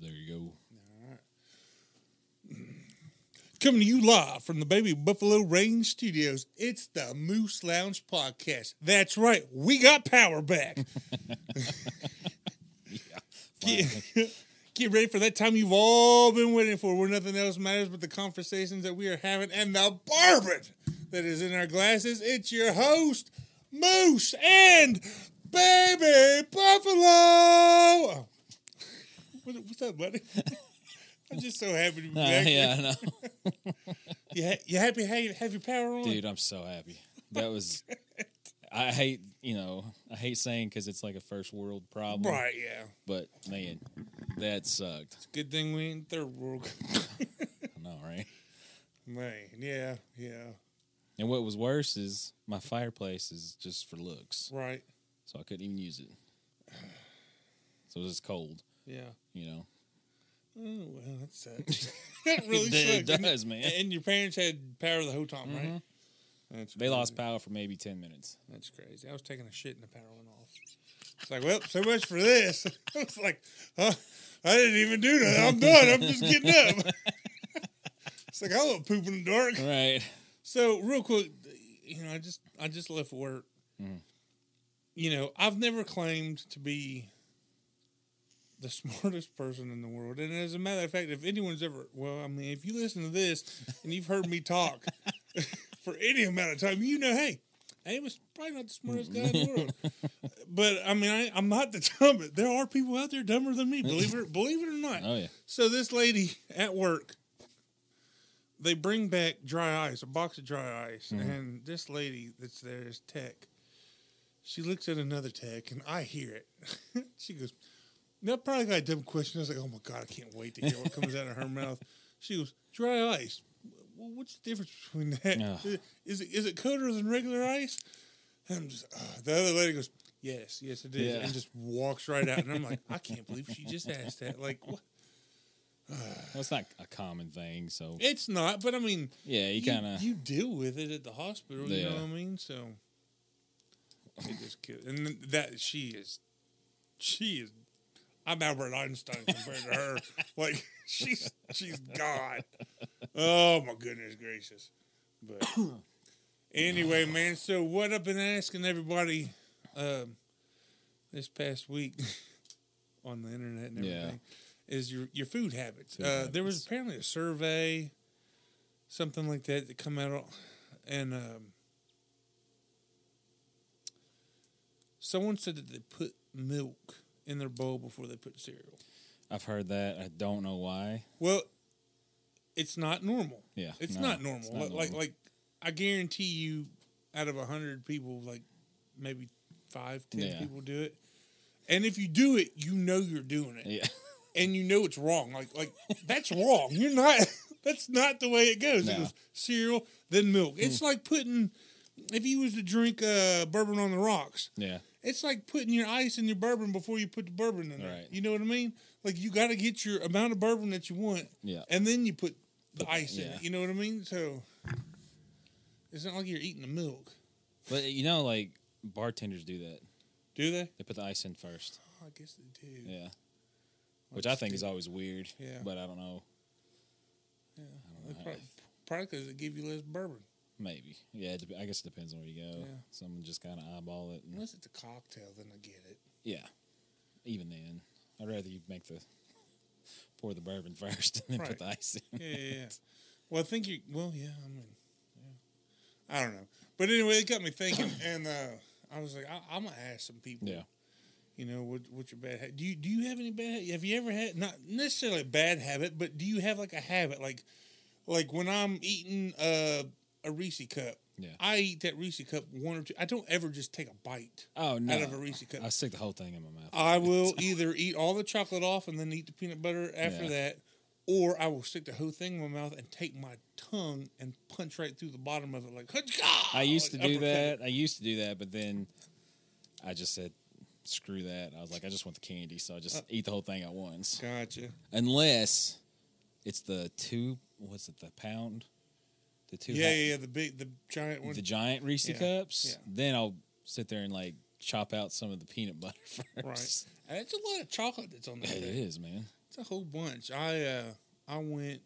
There you go. Coming to you live from the Baby Buffalo Range Studios, it's the Moose Lounge Podcast. That's right, we got power back. Get, get ready for that time you've all been waiting for, where nothing else matters but the conversations that we are having and the bourbon that is in our glasses. It's your host, Moose and Baby Buffalo. Oh. What- What's up, buddy? I'm just so happy to be Uh, back. yeah, I know. You, ha- you happy? Have, you- have your power on? Dude, I'm so happy. That was. I hate, you know, I hate saying because it's like a first world problem. Right, yeah. But man, that sucked. Good thing we ain't third world. I know, right? Man, yeah, yeah, And what was worse is my fireplace is just for looks, right, so I couldn't even use it. So it was just cold, yeah. you know. Oh well, that sucks. that really it, d- sucks. it And- does, man. And, your parents had power the whole time, right? That's Mm-hmm. They lost crazy. power for maybe ten minutes. That's crazy. I was taking a shit and the power went off. It's like, well, so much for this. I was like, huh, I didn't even do that. I'm done. I'm just getting up. it's like I want poop in the dark. Right. So real quick, you know, I just I just left work. Mhm. You know, I've never claimed to be the smartest person in the world, and as a matter of fact, if anyone's ever well, I mean, if you listen to this and you've heard me talk for any amount of time, you know, hey, I was probably not the smartest guy in the world. but I mean, I, I'm not the dumbest. There are people out there dumber than me. Believe it, believe it or not. Oh yeah. So this lady at work, they bring back dry ice, a box of dry ice, and this lady that's there is tech. She looks at another tech, and I hear it. she goes, "That probably got a dumb question." I was like, "Oh my god, I can't wait to hear what comes out of her mouth." She goes, "Dry ice. Well, what's the difference between that? Ugh. Is it is it colder than regular ice?" And I'm just, ah. the other lady goes, "Yes, yes, it is," Yeah. and just walks right out. And I'm like, "I can't believe she just asked that. Like, what?" Well, it's not a common thing, so It's not, but I mean, yeah, you you, kind of. you deal with it at the hospital. You know Yeah. what I mean? So it just killed. And then that she is, she is. I'm Albert Einstein compared to her. Like she's she's God. Oh my goodness gracious! But anyway, man. So what I've been asking everybody um, this past week on the internet and Yeah. everything is your your food habits. Food uh, There was habits. apparently a survey, something like that, that come out, on- and um, someone said that they put milk in their bowl before they put cereal. I've heard that. I don't know why. Well, it's not normal. Yeah, It's no, not normal. it's like, like normal. like I guarantee you, out of hundred people, like maybe five, ten Yeah. people do it. And if you do it, you know you're doing it, yeah. and you know it's wrong. Like like that's wrong. You're not. That's not the way it goes. It No. Hmm. goes cereal, then milk. It's like putting. If you was to drink uh, bourbon on the rocks, Yeah. it's like putting your ice in your bourbon before you put the bourbon in there. Right. You know what I mean? Like you got to get your amount of bourbon that you want, Yeah. and then you put the ice in Yeah. it. You know what I mean? So it's not like you're eating the milk, But you know, like bartenders do that. do they? They put the ice in first. Oh, I guess they do. Yeah. Which I think is always weird. Yeah. But I don't know. They prob- Probably because it give you less bourbon, Maybe. Yeah. It dep- I guess it depends on where you go. Yeah. Someone just kind of eyeball it. And, unless it's a cocktail. Then I get it. yeah. Even then, I'd rather you make the pour the bourbon first and then put Right. the ice in. Yeah, yeah. yeah. well, I think you. Well, yeah. I mean, yeah. I don't know, but anyway, it got me thinking, and uh, I was like, I, I'm gonna ask some people. Yeah. You know what? What's your bad habit? Do you do you have any bad? ha- Have you ever had not necessarily a bad habit, but do you have like a habit like like when I'm eating uh, a Reese cup, Yeah. I eat that Reese cup one or two. I don't ever just take a bite Oh no. out of a Oh, Reese cup. I stick the whole thing in my mouth. I will either eat all the chocolate off and then eat the peanut butter after Yeah. that, or I will stick the whole thing in my mouth and take my tongue and punch right through the bottom of it like. I used to like do uppercut it. that. I used to do that, but then I just said, "Screw that." I was like, "I just want the candy," so I Uh. just eat the whole thing at once, Gotcha. unless it's the two. What's it? The pound The two. Yeah, ha- yeah, yeah, the big, the giant one. the giant Reese Yeah, cups. yeah. Then I'll sit there and like chop out some of the peanut butter Right. first. And it's a lot of chocolate that's on It there. is, man. it's a whole bunch. I uh, I went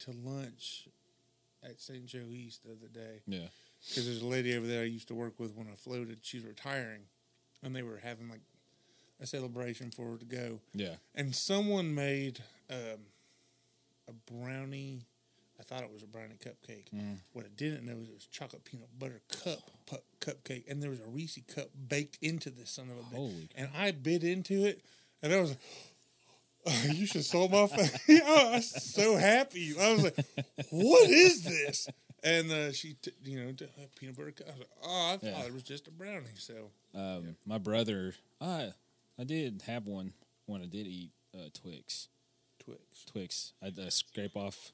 to lunch at St. Joe East the other day Yeah. because there's a lady over there I used to work with when I floated. She's retiring, and they were having like a celebration for her to go. Yeah. And someone made um, a brownie. I thought it was a brownie cupcake. Mm. What I didn't know is it was chocolate peanut butter cup pu- cupcake, and there was a Reese cup baked into this son of a bitch. Holy And I bit into it, and I was like, "Oh, "You should saw my face." I was so happy. I was like, "What is this?" And uh, she, t- you know, t- uh, peanut butter. Cup. I was like, "Oh, I thought Yeah. it was just a brownie." So Um, My brother, I, I did have one when I did eat uh, Twix. Twix. Twix. I'd uh, scrape off.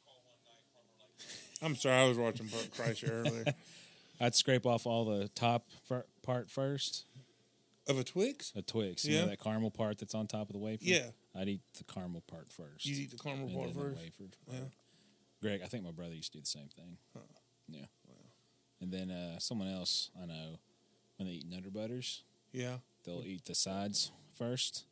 I'm sorry, I was watching Bert Kreischer earlier. I'd scrape off all the top fir- part first. Of a Twix, A Twix. You yeah. Yeah. Know, that caramel part that's on top of the wafer. Yeah. I'd eat the caramel part first. you eat the caramel and bar then the first. wafer. Yeah. Greg, I think my brother used to do the same thing. Huh. Yeah. And then uh, someone else I know, when they eat Nutter Butters, Yeah. they'll eat the sides first.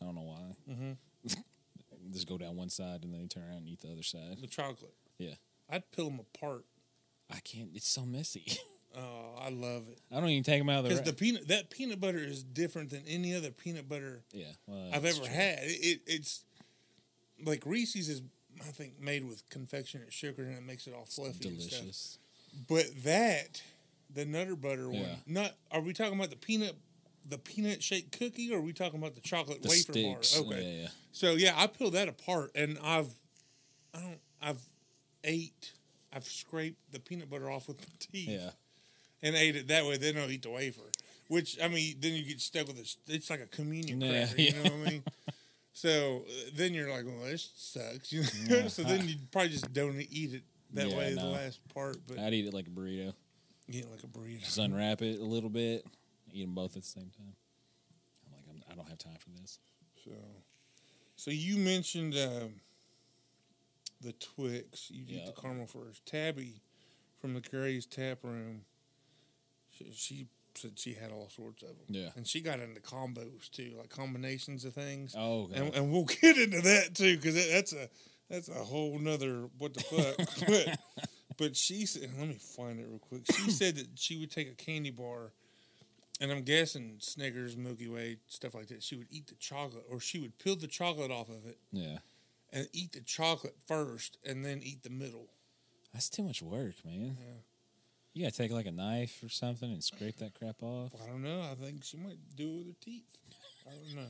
I don't know why. Mm-hmm. Just go down one side and then they turn around and eat the other side. The chocolate. Yeah. I'd peel them apart. I can't. It's so messy. Oh, I love it I don't even take them out of the. because Ra- the peanut that peanut butter is different than any other peanut butter yeah. Well, I've that's ever true. had. It, it, it's like Reese's is I think made with confectionate sugar and it makes it all fluffy and stuff. Delicious. But that the Nutter Butter Yeah. one, not are we talking about the peanut the peanut shake cookie or are we talking about the chocolate The wafer sticks. bar? Okay, Yeah, yeah. So yeah, I peel that apart, and I've, I don't, I've ate, I've scraped the peanut butter off with my teeth, Yeah. and ate it that way. Then I'll eat the wafer, which I mean, then you get stuck with this. It's like a communion Yeah, cracker, you yeah. know what I mean? So uh, then you're like, well, this sucks. You know? Yeah. so then you probably just don't eat it that Yeah, way. The no. last part, but I'd eat it like a burrito. you know, like a burrito. Just unwrap it a little bit. Eat them both at the same time. I'm like, I'm, I don't have time for this. So, so you mentioned um, the Twix. You eat Yep. the caramel first. Tabby from the Gray's Tap Room. She, she said she had all sorts of them. Yeah. and she got into combos too, like combinations of things. Oh, God. and, and we'll get into that too, because that, that's a that's a whole nother what the fuck. but, but she said, let me find it real quick. She said that she would take a candy bar, and I'm guessing Snickers, Milky Way, stuff like that. She would eat the chocolate, or she would peel the chocolate off of it yeah. and eat the chocolate first, and then eat the middle. That's too much work, man. Yeah. You gotta take like a knife or something and scrape that crap off. Well, I don't know. I think she might do it with her teeth. I don't know.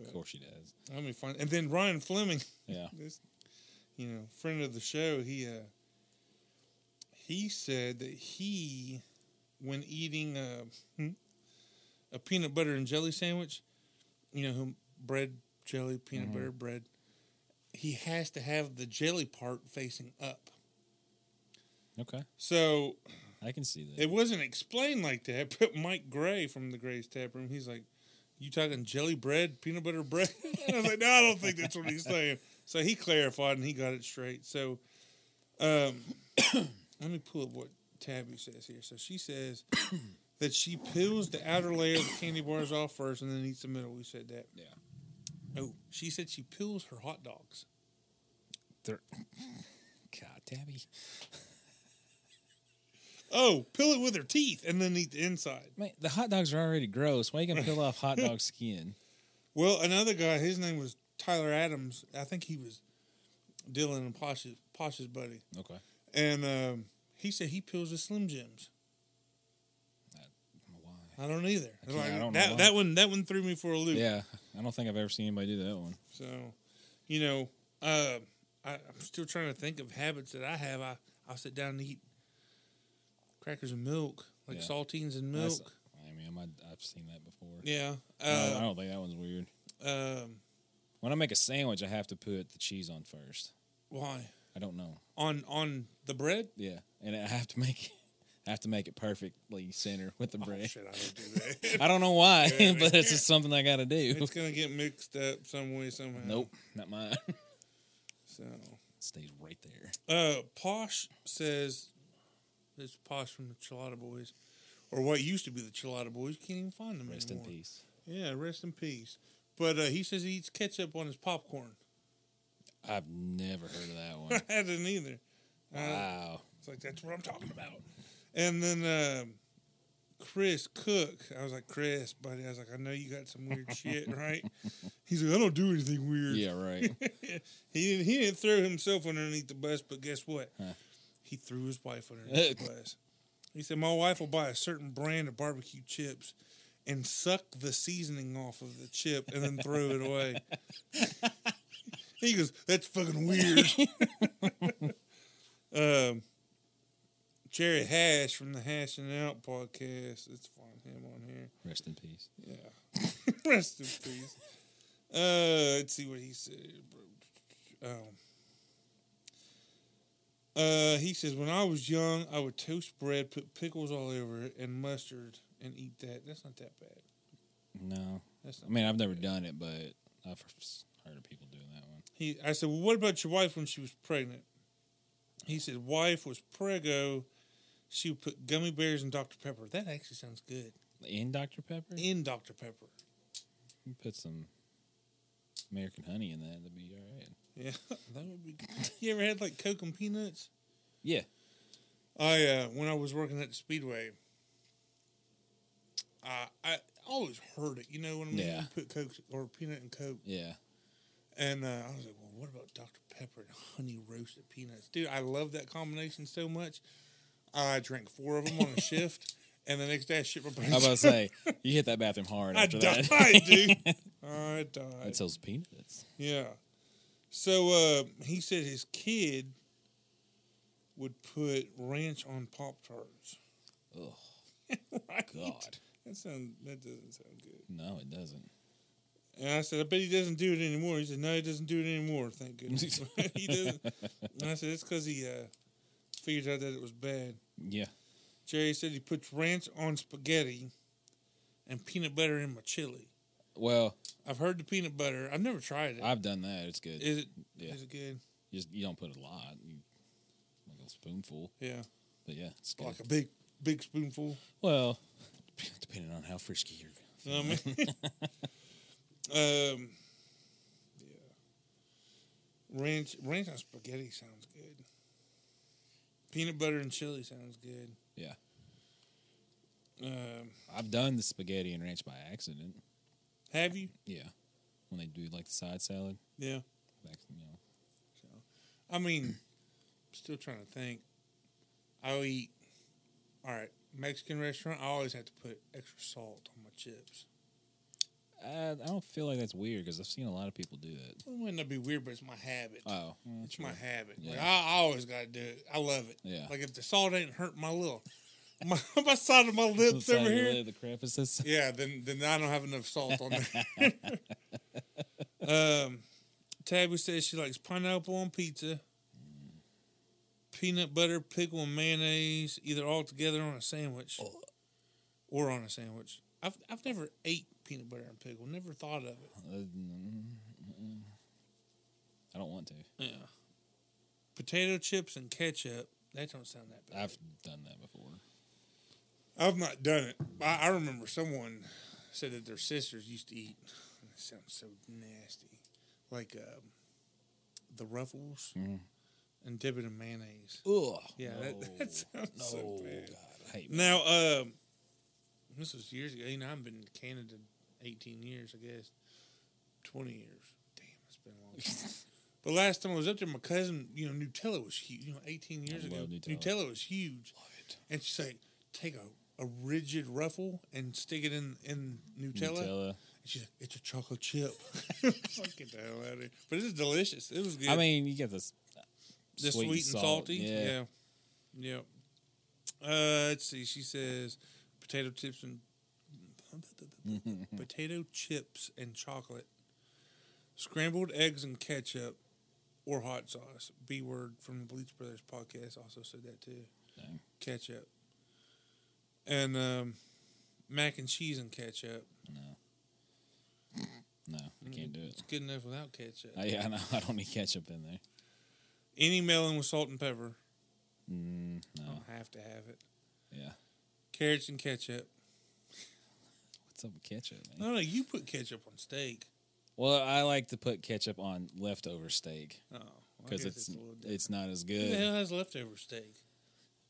Of course she does. Let me find. And then Ryan Fleming. Yeah. this you know friend of the show he uh he said that he when eating a, a peanut butter and jelly sandwich you know him- bread jelly peanut Mhm. butter bread he has to have the jelly part facing up Okay. so I can see that. it wasn't explained like that but mike gray from the gray's tap room he's like you talking jelly bread peanut butter bread and i was like no i don't think that's what he's saying so he clarified and he got it straight. So um, let me pull up what Tabby says here. So she says that she peels the outer layer of the candy bars off first and then eats the middle. We said that. Yeah. Oh, she said she peels her hot dogs. God, Tabby. Oh, peel it with her teeth and then eat the inside. Man, the hot dogs are already gross. Why you gonna peel off hot dog skin? Well, another guy, his name was Tyler Adams. I think he was Dylan and Posh's, Posh's buddy. Okay. And um, he said he peels his Slim Jims. Why? I don't either. I can't- I don't know that, why. that one that one threw me for a loop. Yeah. I don't think I've ever seen anybody do that one. So, you know, uh, I, I'm still trying to think of habits that I have. I I'll sit down and eat crackers and milk, like Yeah. saltines and That's- milk. I mean, I, I've seen that before. yeah. I Uh, don't think that one's weird. um, When I make a sandwich, I have to put the cheese on first. why I don't know. on on the bread? Yeah, and I have to make, I have to make it perfectly center with the Oh, bread. shit, I don't do that. I don't know why, Yeah, but it's yeah. just something I gotta do. it's gonna get mixed up some way somehow. Nope, not mine. So stays right there. Uh, Posh says, "It's Posh from the Chilada Boys, or what used to be the Chilada Boys. You can't even find them Rest in anymore. peace. Yeah, rest in peace. But uh, he says he eats ketchup on his popcorn. I've never heard of that I one. didn't either. Uh, wow. it's like that's what I'm talking about. And then um Chris Cook, I was like, Chris, buddy, I was like, I know you got some weird shit, right? He's like, I don't do anything weird. Yeah, right. He didn't. He didn't throw himself underneath the bus, but guess what? Huh. He threw his wife underneath the bus. He said, "My wife will buy a certain brand of barbecue chips." And suck the seasoning off of the chip and then throw it away. he goes, "That's fucking weird." um, Jerry Hash from the Hashing Out podcast. Let's find him on here. Rest in peace. Yeah. Rest in peace. Uh, let's see what he said. Um, uh, he says, when I was young, I would toast bread, put pickles all over it, and mustard, and eat that. That's not that bad. No. That's not I mean, I've never done it, but I've heard of people doing that one. He, I said, well, what about your wife when she was pregnant? He said, wife was prego. She would put gummy bears and Dr. Pepper. That actually sounds good. In Dr. Pepper? In Dr. Pepper. You put some American honey in that. That'd be all right. Yeah, that would be good. You ever had like Coke and peanuts? Yeah. I uh, when I was working at the Speedway, I I always heard it. You know when I mean? Yeah. You put Coke or peanut and Coke, Yeah. and uh, I was like, well, what about Dr Pepper and honey roasted peanuts, dude? I love that combination so much. I drank four of them on a shift, and the next day I shit my I was pants. about to say, you hit that bathroom hard I after died, that. dude. I died. It sells peanuts. Yeah. So uh, he said his kid would put ranch on Pop Tarts. Oh, Right? God. That sound that doesn't sound good. No, it doesn't. And I said, I bet he doesn't do it anymore. He said, No, he doesn't do it anymore. Thank goodness. he doesn't. And I said, It's because he uh, figured out that it was bad. Yeah. Jerry said he puts ranch on spaghetti and peanut butter in my chili. Well, I've heard the peanut butter. I've never tried it. I've done that. It's good. Is it? Is yeah. it good? You just, you don't put a lot. You like a spoonful. Yeah. But yeah, it's good. Like a big, big spoonful. well, depending on how frisky you're. You know what I mean? um, yeah. Ranch, ranch on spaghetti sounds good. Peanut butter and chili sounds good. Yeah. Um, I've done the spaghetti and ranch by accident. have you? Yeah. When they do like the side salad. Yeah. Back, you know. So, I mean, still trying to think. I'll eat. All right, Mexican restaurant. I always have to put extra salt on my chips. I, I don't feel like that's weird because I've seen a lot of people do that. It wouldn't that be weird, but it's my habit. Oh, well, it's my habit. Like, Yeah. I, I always gotta do it. I love it. yeah. Like if the salt ain't hurt my little my, my side of my lips Side of over the here, lid, the crevices. yeah, then then I don't have enough salt on there. um, Tabby says she likes pineapple on pizza, peanut butter, pickle, and mayonnaise, either all together on a sandwich Oh. or on a sandwich. I've I've never ate peanut butter and pickle. Never thought of it. Uh, mm, mm. I don't want to. Yeah. Potato chips and ketchup. That don't sound that bad. I've done that before. I've not done it. I, I remember someone said that their sisters used to eat. It sounds so nasty, like um, the Ruffles Mm. and dip it in mayonnaise. Ugh. Yeah, that- that sounds so bad. God, I hate Now, um, this was years ago. You know, I've been in Canada eighteen years, I guess, twenty years. Damn, it's been a long time. but last time I was up there, my cousin, you know, Nutella was huge. You know, eighteen years I ago, love Nutella. Nutella. was huge. Love it. And she's like, take a, a rigid ruffle and stick it in in Nutella. And Nutella. she's like, it's a chocolate chip. Fuck, get the hell out of here. But it is delicious. It was good. I mean, you get this. the sweet, and salt. salty. Yeah. Yeah. yeah. Uh, let's see. She says potato chips and Mm. potato chips and chocolate, scrambled eggs and ketchup, or hot sauce. B word from the Bleach Brothers podcast also said that too. Dang. Ketchup and um, mac and cheese and ketchup. No, I can't do it. It's good enough without ketchup. I, yeah, I know. I don't need ketchup in there. Any melon with salt and pepper. Mm, no. I'll have to have it. Yeah. Carrots and ketchup. What's up with ketchup, man? No, no, you put ketchup on steak. Well, I like to put ketchup on leftover steak Oh, because it's it's not as who the hell good. has leftover steak?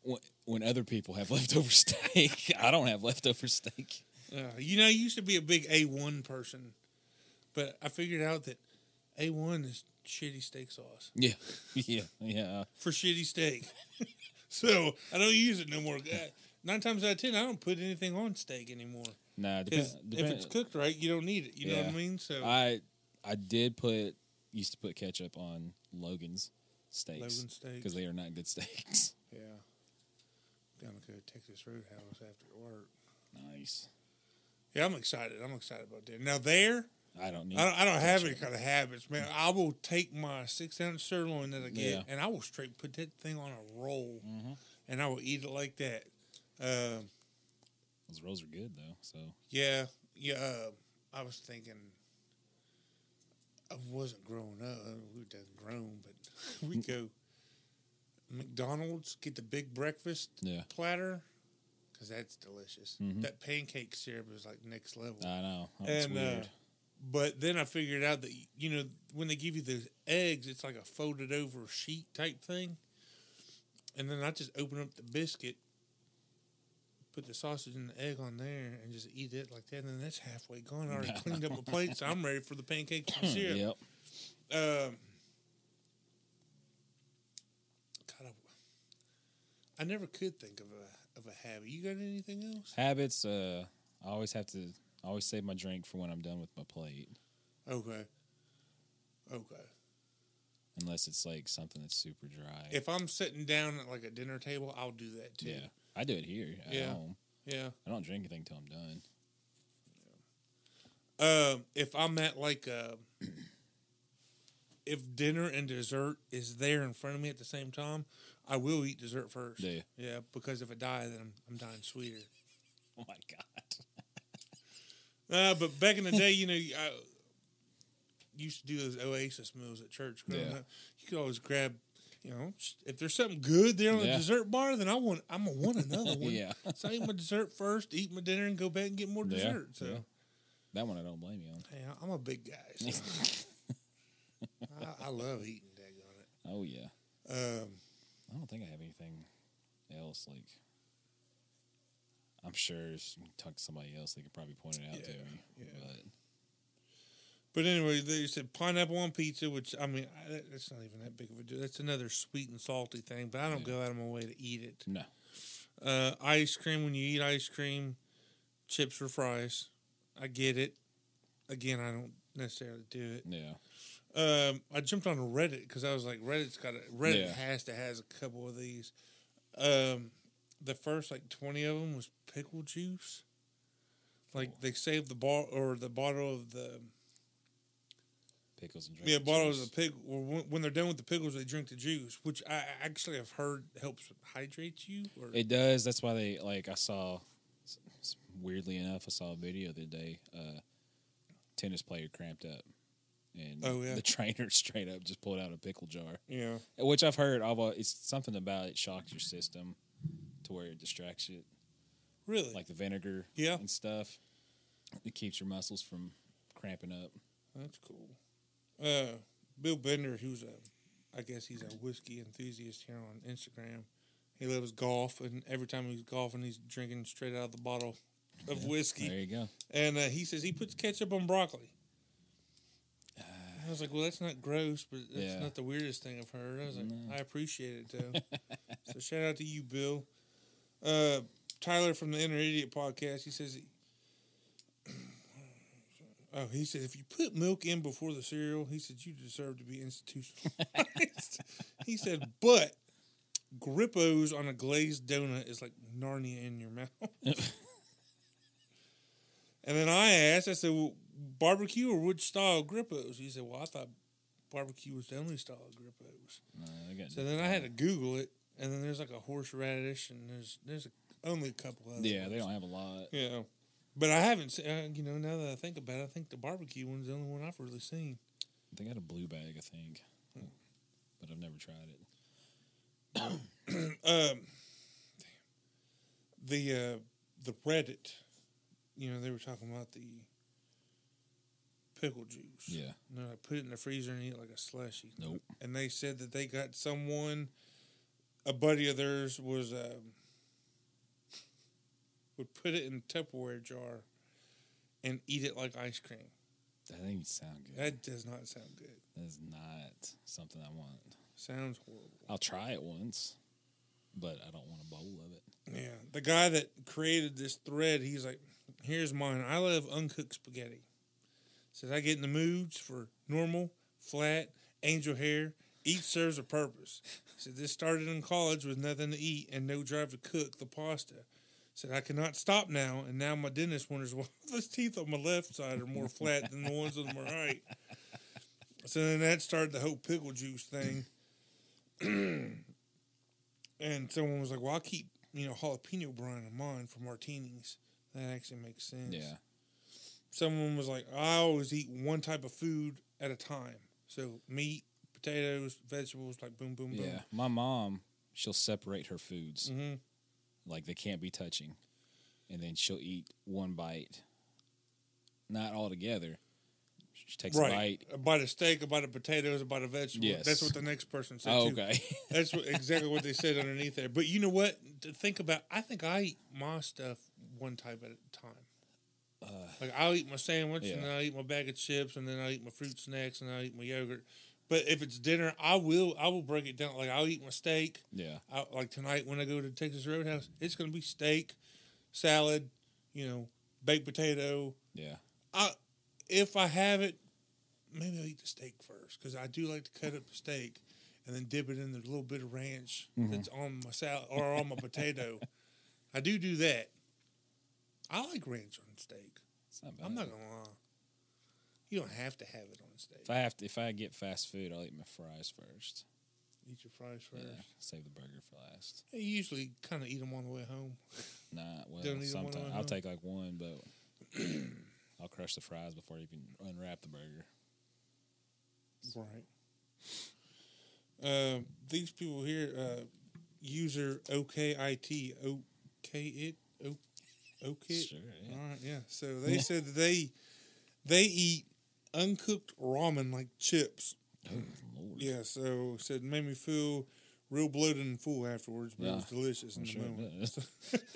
When, when other people have leftover steak, I don't have leftover steak. Uh, you know, I used to be a big A one person, but I figured out that A one is shitty steak sauce Yeah, yeah, yeah. for shitty steak. so I don't use it no more. Uh, Nine times out of ten, I don't put anything on steak anymore Nah, depend, because if depend, it's cooked right, you don't need it. You know what Yeah. I mean? So I I did put used to put ketchup on Logan's steaks Logan steak. because they are not good steaks. Yeah, gonna go to Texas Roadhouse after work. Nice. Yeah, I'm excited. I'm excited about that. Now there, I don't need. I don't, I don't have any kind of habits, man. I will take my six ounce sirloin that I get, Yeah. and I will straight put that thing on a roll, Mhm. and I will eat it like that. Um Those rolls are good though. So yeah, yeah. Uh, I was thinking, I wasn't growing up. uh, We done grown, but we go McDonald's get the big breakfast yeah, platter because that's delicious. Mhm. That pancake syrup is like next level. I know. That's and uh, weird. but then I figured out that you know when they give you those eggs, it's like a folded over sheet type thing. And then I just open up the biscuit, put the sausage and the egg on there, and just eat it like that. And then that's halfway gone. I already cleaned up my plate, so I'm ready for the pancakes and syrup. yep. Um, God, I- I never could think of a of a habit. You got anything else? Habits. Uh, I always have to. I always save my drink for when I'm done with my plate, Okay. Okay. unless it's like something that's super dry. If I'm sitting down at like a dinner table, I'll do that too. yeah, I do it here at Yeah. home. Yeah. I don't drink anything until I'm done. Um, if I'm at like a, if dinner and dessert is there in front of me at the same time, I will eat dessert first. Do you? Yeah, because if I die, then I'm, I'm dying sweeter. Oh my god. Uh, but back in the day, you know, I used to do those Oasis meals at church. Growing Yeah. up. You could always grab, you know, if there's something good there on the Yeah. dessert bar, then I want, I'm gonna want another one. yeah, So I eat my dessert first, eat my dinner, and go back and get more Yeah, dessert. So yeah. that one I don't blame you on. hey, I'm a big guy. So I, I love eating that oh yeah. on it. Um, I don't think I have anything else. Like, I'm sure if you talk to somebody else, they could probably point it out to Yeah, me. yeah. But but anyway, they said pineapple on pizza, which I mean, I, that- that's not even that big of a deal. That's another sweet and salty thing, but I don't Yeah. go out of my way to eat it. no, Uh, ice cream when you eat ice cream, chips or fries. I get it. Again, I don't necessarily do it. yeah, Um, I jumped on Reddit because I was like, Reddit's got a Reddit Yeah. has to has a couple of these. Um, the first like twenty of them was pickle juice. Like Cool. they saved the bar or the bottle of the pickles and drinks. yeah bottles of the pickle. Or when, when they're done with the pickles, they drink the juice, which I I actually have heard helps hydrate you. Or It does. That's why they like. I saw, s- s- weirdly enough, I saw a video the other day. Uh, tennis player cramped up, and Oh, yeah. the trainer straight up just pulled out a pickle jar, yeah, which I've heard. I've, al- it's something about it shocks your system to where it distracts it, really, like the vinegar yeah, and stuff. It keeps your muscles from cramping up. that's cool. Uh, Bill Bender, who's a, I guess he's a whiskey enthusiast here on Instagram. He loves golf, and every time he's golfing, he's drinking straight out of the bottle of Yeah, whiskey. There you go. And uh, he says he puts ketchup on broccoli. Uh, I was like, well, that's not gross, but that's Yeah. not the weirdest thing I've heard. I was like, No. I appreciate it though. so shout out to you, Bill. Uh, Tyler from the Inner Idiot podcast. He says, oh, he said if you put milk in before the cereal, he said you deserve to be institutionalized. he said, but Grippos on a glazed donut is like Narnia in your mouth. And then I asked, I said, well, barbecue or which style grippos? He said, well, I thought barbecue was the only style of grippos. no, I Uh, got So then I had to Google it, and then there's like a horseradish, and there's there's a, only a couple of Yeah, they don't have a lot. Yeah. But I haven't seen, uh, you know, now that I think about it, I think the barbecue one's the only one I've really seen. Hmm. They got a blue bag, I think. but I've never tried it. um, damn. the uh, the Reddit, you know, they were talking about the pickle juice. Yeah. No, I put it in the freezer and eat it like a slushy. Nope. And they said that they got someone, a buddy of theirs was, um, would put it in a Tupperware jar and eat it like ice cream. That doesn't sound good. That does not sound good. That's not something I want. Sounds horrible. I'll try it once, but I don't want a bowl of it. Yeah. The guy that created this thread, he's like, here's mine. I love uncooked spaghetti. Says I get in the moods for normal, flat, angel hair. Each serves a purpose. Said this started in college with nothing to eat and no drive to cook the pasta. Said I cannot stop now, and now my dentist wonders why those teeth on my left side are more flat than the ones on my right. So then that started the whole pickle juice thing. and someone was like, "Well, I keep you know jalapeno brine in mine for martinis." That actually makes sense Yeah. someone was like, I always eat one type of food at a time. So meat, potatoes, vegetables, like boom, boom, boom. Yeah. My mom, she'll separate her foods. hmm like they can't be touching and then she'll eat one bite not all together she takes a Right. bite A bite of steak, a bite of potatoes, a bite of vegetables. Yes. That's what the next person said. oh, too. okay That's what, exactly what they said underneath there. But you know what? To think about, I think I eat my stuff one type at a time. uh, Like I'll eat my sandwich Yeah. and then I'll eat my bag of chips and then I'll eat my fruit snacks and I'll eat my yogurt. But if it's dinner, I will I will break it down. Like I'll eat my steak, yeah I, like tonight when I go to Texas Roadhouse, it's going to be steak, salad, you know, baked potato. yeah If I have it, maybe I'll eat the steak first because I do like to cut up the steak and then dip it in the little bit of ranch Mhm. that's on my salad or on my potato. I do do that. I like ranch on steak. it's not bad I'm not going to lie. You don't have to have it on if steak. i have to if i get fast food i'll eat my fries first Eat your fries first. yeah save the burger for last I usually kind of eat them on the way home. nah well Don't either one of sometimes them, i'll huh? take like one but i'll crush the fries before you can unwrap the burger Right. Um, these people here, uh, user OKIT, OK it, O- OK it. sure yeah. All right, yeah. So they said that they they eat uncooked ramen like chips. oh lord Yeah. So said made me feel real bloated and full afterwards, but it was Yeah, delicious in I'm the sure moment. it does.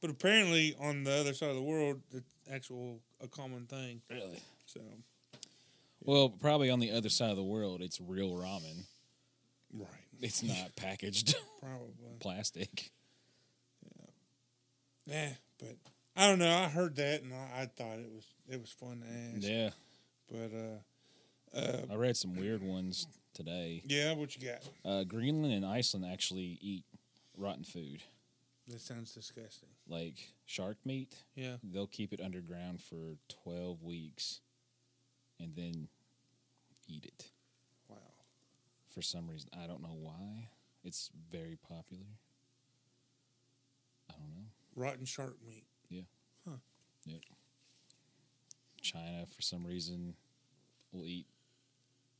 But apparently, on the other side of the world, it's actual a common thing. really So well probably on the other side of the world it's real ramen right, it's not packaged probably. plastic Yeah, Eh, but I don't know. I heard that and I, I thought it was it was fun to ask. yeah But uh, uh, I read some weird ones today. yeah, what you got? Uh, Greenland and Iceland actually eat rotten food, That sounds disgusting. like shark meat. Yeah, They'll keep it underground for 12 weeks and then eat it wow. for some reason. I don't know why. It's very popular. I don't know. Rotten shark meat. China, for some reason, will eat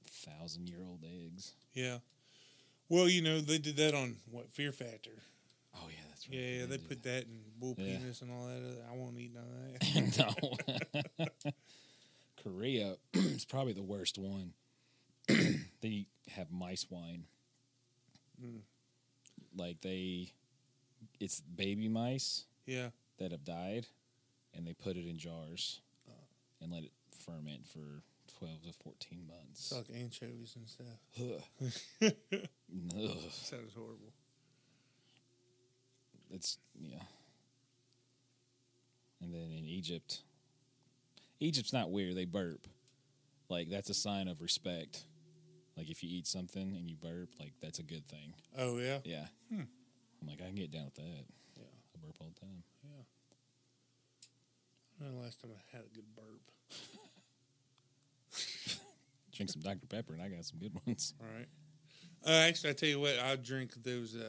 thousand year old eggs. Yeah. Well, you know they did that on what Fear Factor. Oh, yeah, that's right. Yeah, yeah they do put that in bull Yeah. penis and all that. Other. I won't eat none of that. no. Korea is probably the worst one. they have mice wine. Mm. Like they it's baby mice yeah, that have died and they put it in jars Uh. and let it ferment for 12 to 14 it's months. like anchovies and stuff. Ugh. Ugh. Sounds horrible. It's yeah. And then in Egypt, Egypt's not weird. They burp. Like that's a sign of respect. Like if you eat something and you burp, like that's a good thing. Oh yeah. Yeah. Hmm. I'm like I can get down with that. Yeah. I burp all the time. I remember last time I had a good burp. Drink some Dr Pepper and I got some good ones. All right. Uh, actually, I tell you what, I drink those. Uh,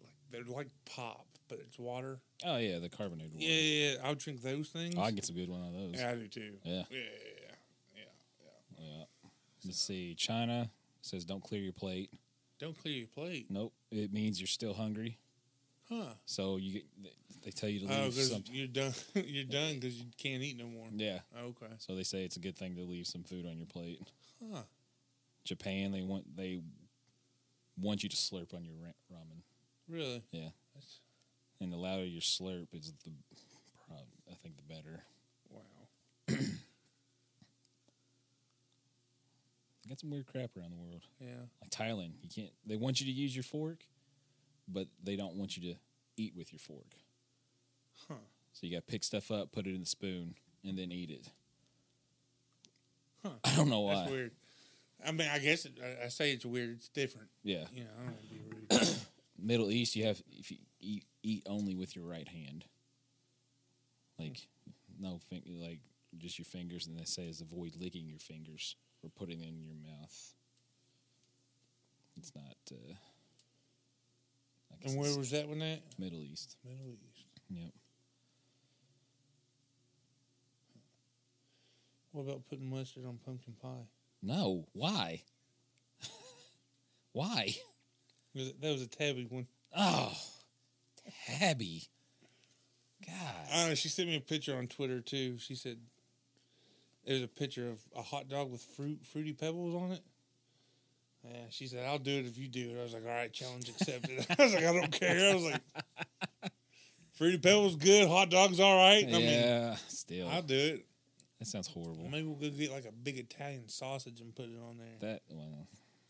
like they're like pop, but it's water. Oh yeah, the carbonated Yeah, one. yeah, yeah. I'll drink those things. I get some good one of those. yeah, I do too. Yeah. Yeah, yeah, yeah. Let's see. China says don't clear your plate. Don't clear your plate. Nope, it means you're still hungry. Huh. So you they tell you to Oh, leave because some. you're done. you're done because you can't eat no more. Oh, Yeah. Okay. So they say it's a good thing to leave some food on your plate. Huh. Japan, they want they want you to slurp on your ra- ramen, Really? Yeah. That's, and the louder your slurp is the, prob- I think the better. wow. They got some weird crap around the world, Yeah. like Thailand. You can't. They want you to use your fork, but they don't want you to eat with your fork. Huh. So you got to pick stuff up, put it in the spoon, and then eat it. Huh. I don't know why. That's weird. I mean, I guess it, I, I say it's weird. It's different. Yeah, You know, I don't want to be rude. Middle East, you have if you eat, eat only with your right hand, like no fin- like just your fingers, and they say is avoid licking your fingers or putting them in your mouth. It's not. Uh, I guess and where it's was that one at? Middle East? Middle East. Yep. What about putting mustard on pumpkin pie? No, why? why? Was- That was a tabby one. Oh, tabby. God. I don't know. She sent me a picture on Twitter too. She said it was a picture of a hot dog with fruit fruity pebbles on it. Yeah, she said, "I'll do it if you do it." I was like, "All right, challenge accepted." I was like, "I don't care." I was like, "Fruity pebbles good, hot dogs all right." I mean, yeah. still, I'll do it. that sounds horrible. Maybe we'll go get like a big Italian sausage and put it on there. That well,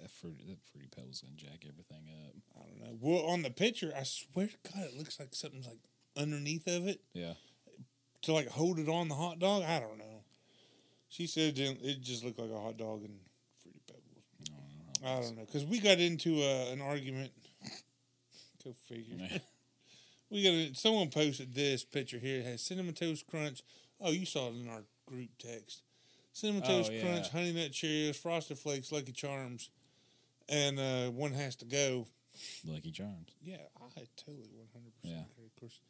that fruit that fruity pebble's gonna jack everything up. I don't know. Well, on the picture, I swear to God, it looks like something's like underneath of it. Yeah, to like hold it on the hot dog. I don't know. She said it, it just looked like a hot dog and fruity pebbles. I I don't know because we got into uh, an argument. Go figure. don't know. We got a, someone posted this picture here. It has cinnamon toast crunch. Oh, you saw it in our group text. Cinnamon Oh, toast yeah. crunch, honey nut Cheerios, frosted flakes, Lucky Charms, and uh, one has to go. Lucky Charms. Yeah, I totally one hundred Yeah. percent. Of course,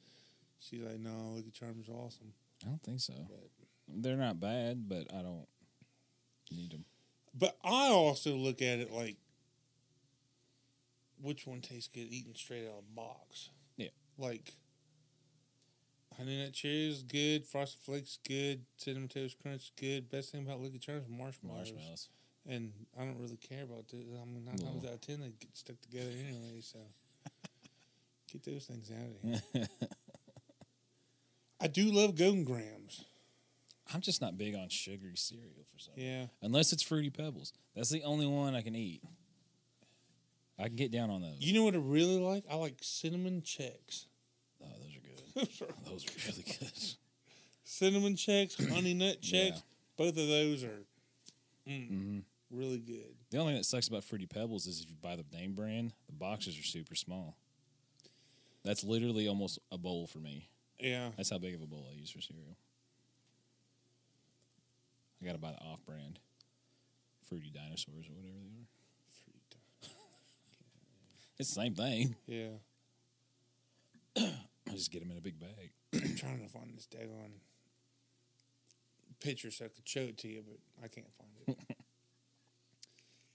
she's like, no, Lucky Charms are awesome. I don't think so. They're not bad, but I don't need them. But I also look at it like, which one tastes good eating straight out of the box? Yeah. Like, Honey Nut Cheerios is good, Frosted Flakes is good, Cinnamon Toast Crunch is good. Best thing about Lucky Charms is marshmallows. Marshmallows. And I don't really care about those. I mean, nine times No. out of ten, they get stuck together anyway. So get those things out of here. I do love Golden Grams. I'm just not big on sugary cereal for some. reason. Yeah. Unless it's fruity pebbles. That's the only one I can eat. I can get down on those. You know what I really like? I like cinnamon checks. oh, those are good. Those are Those are really good. cinnamon checks, honey nut Yeah. checks. Both of those are mm, hmm really good. The only thing that sucks about fruity pebbles is if you buy the name brand, the boxes are super small. That's literally almost a bowl for me. Yeah. That's how big of a bowl I use for cereal. I gotta buy the off-brand fruity dinosaurs or whatever they are. It's the same thing. Yeah. I just get them in a big bag. I'm trying to find this daggone picture so I could show it to you, but I can't find it.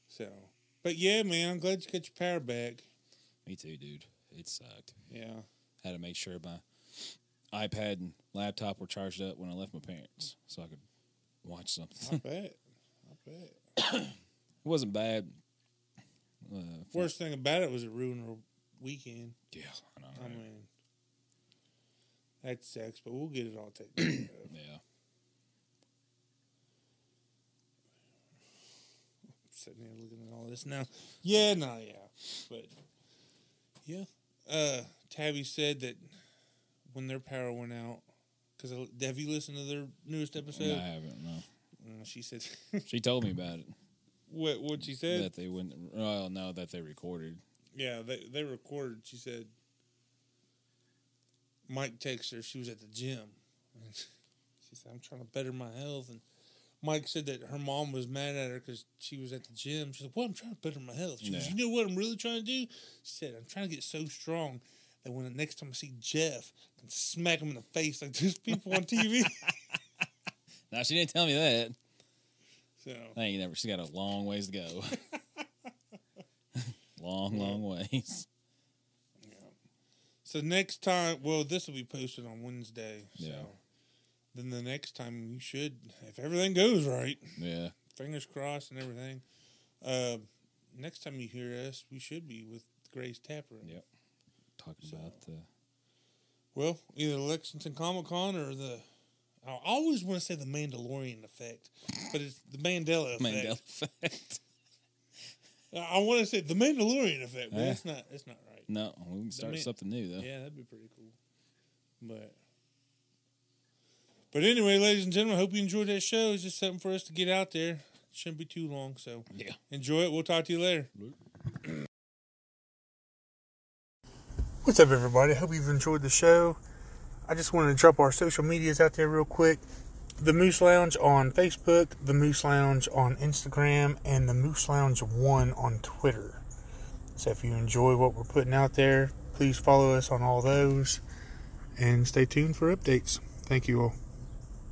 so, but yeah, man, I'm glad you got your power back. Me too, dude. It sucked. Yeah. had to make sure my iPad and laptop were charged up when I left my parents, so I could watch something. I it bet. I bet. wasn't bad. Uh, Worst thing about it was it ruined our weekend. yeah, I know. I right? mean, that sucks, but we'll get it all taken care of. Yeah. sitting here looking at all this now. Yeah, no, yeah, but yeah. Uh, Tabby said that when their power went out, because have you listened to their newest episode? No, I haven't. No, Uh, she said she told me about it. what? What she said? that they wouldn't. Well, no, that they recorded. yeah, they they recorded. She said Mike texted her. She was at the gym. And she said, "I'm trying to better my health." And Mike said that her mom was mad at her because she was at the gym. She said, "Well, I'm trying to better my health." She goes, Yeah. "You know what I'm really trying to do?" She said, "I'm trying to get so strong that when the next time I see Jeff, I can smack him in the face like those people on TV." Now she didn't tell me that. So I ain't never. She got a long ways to go. long, long ways. yeah. So next time, well, this will be posted on Wednesday. Yeah. So then the next time you should, if everything goes right, Yeah. fingers crossed and everything. Uh, next time you hear us, we should be with Grace Taproom. Yep. Talking So- about the Well, either Lexington Comic Con or the. I always want to say the Mandalorian effect, but it's the Mandela effect. Mandela effect. I want to say the Mandalorian effect, but Yeah. it's not. It's not right. no, we can start man- something new though. Yeah, that'd be pretty cool. But but anyway, ladies and gentlemen, I hope you enjoyed that show. It's just something for us to get out there. Shouldn't be too long, so Yeah. enjoy it. We'll talk to you later. Luke. What's up, everybody? I hope you've enjoyed the show. I just wanted to drop our social medias out there real quick. The Moose Lounge on Facebook, The Moose Lounge on Instagram, and The Moose Lounge 1 on Twitter. So if you enjoy what we're putting out there, please follow us on all those and stay tuned for updates. Thank you all.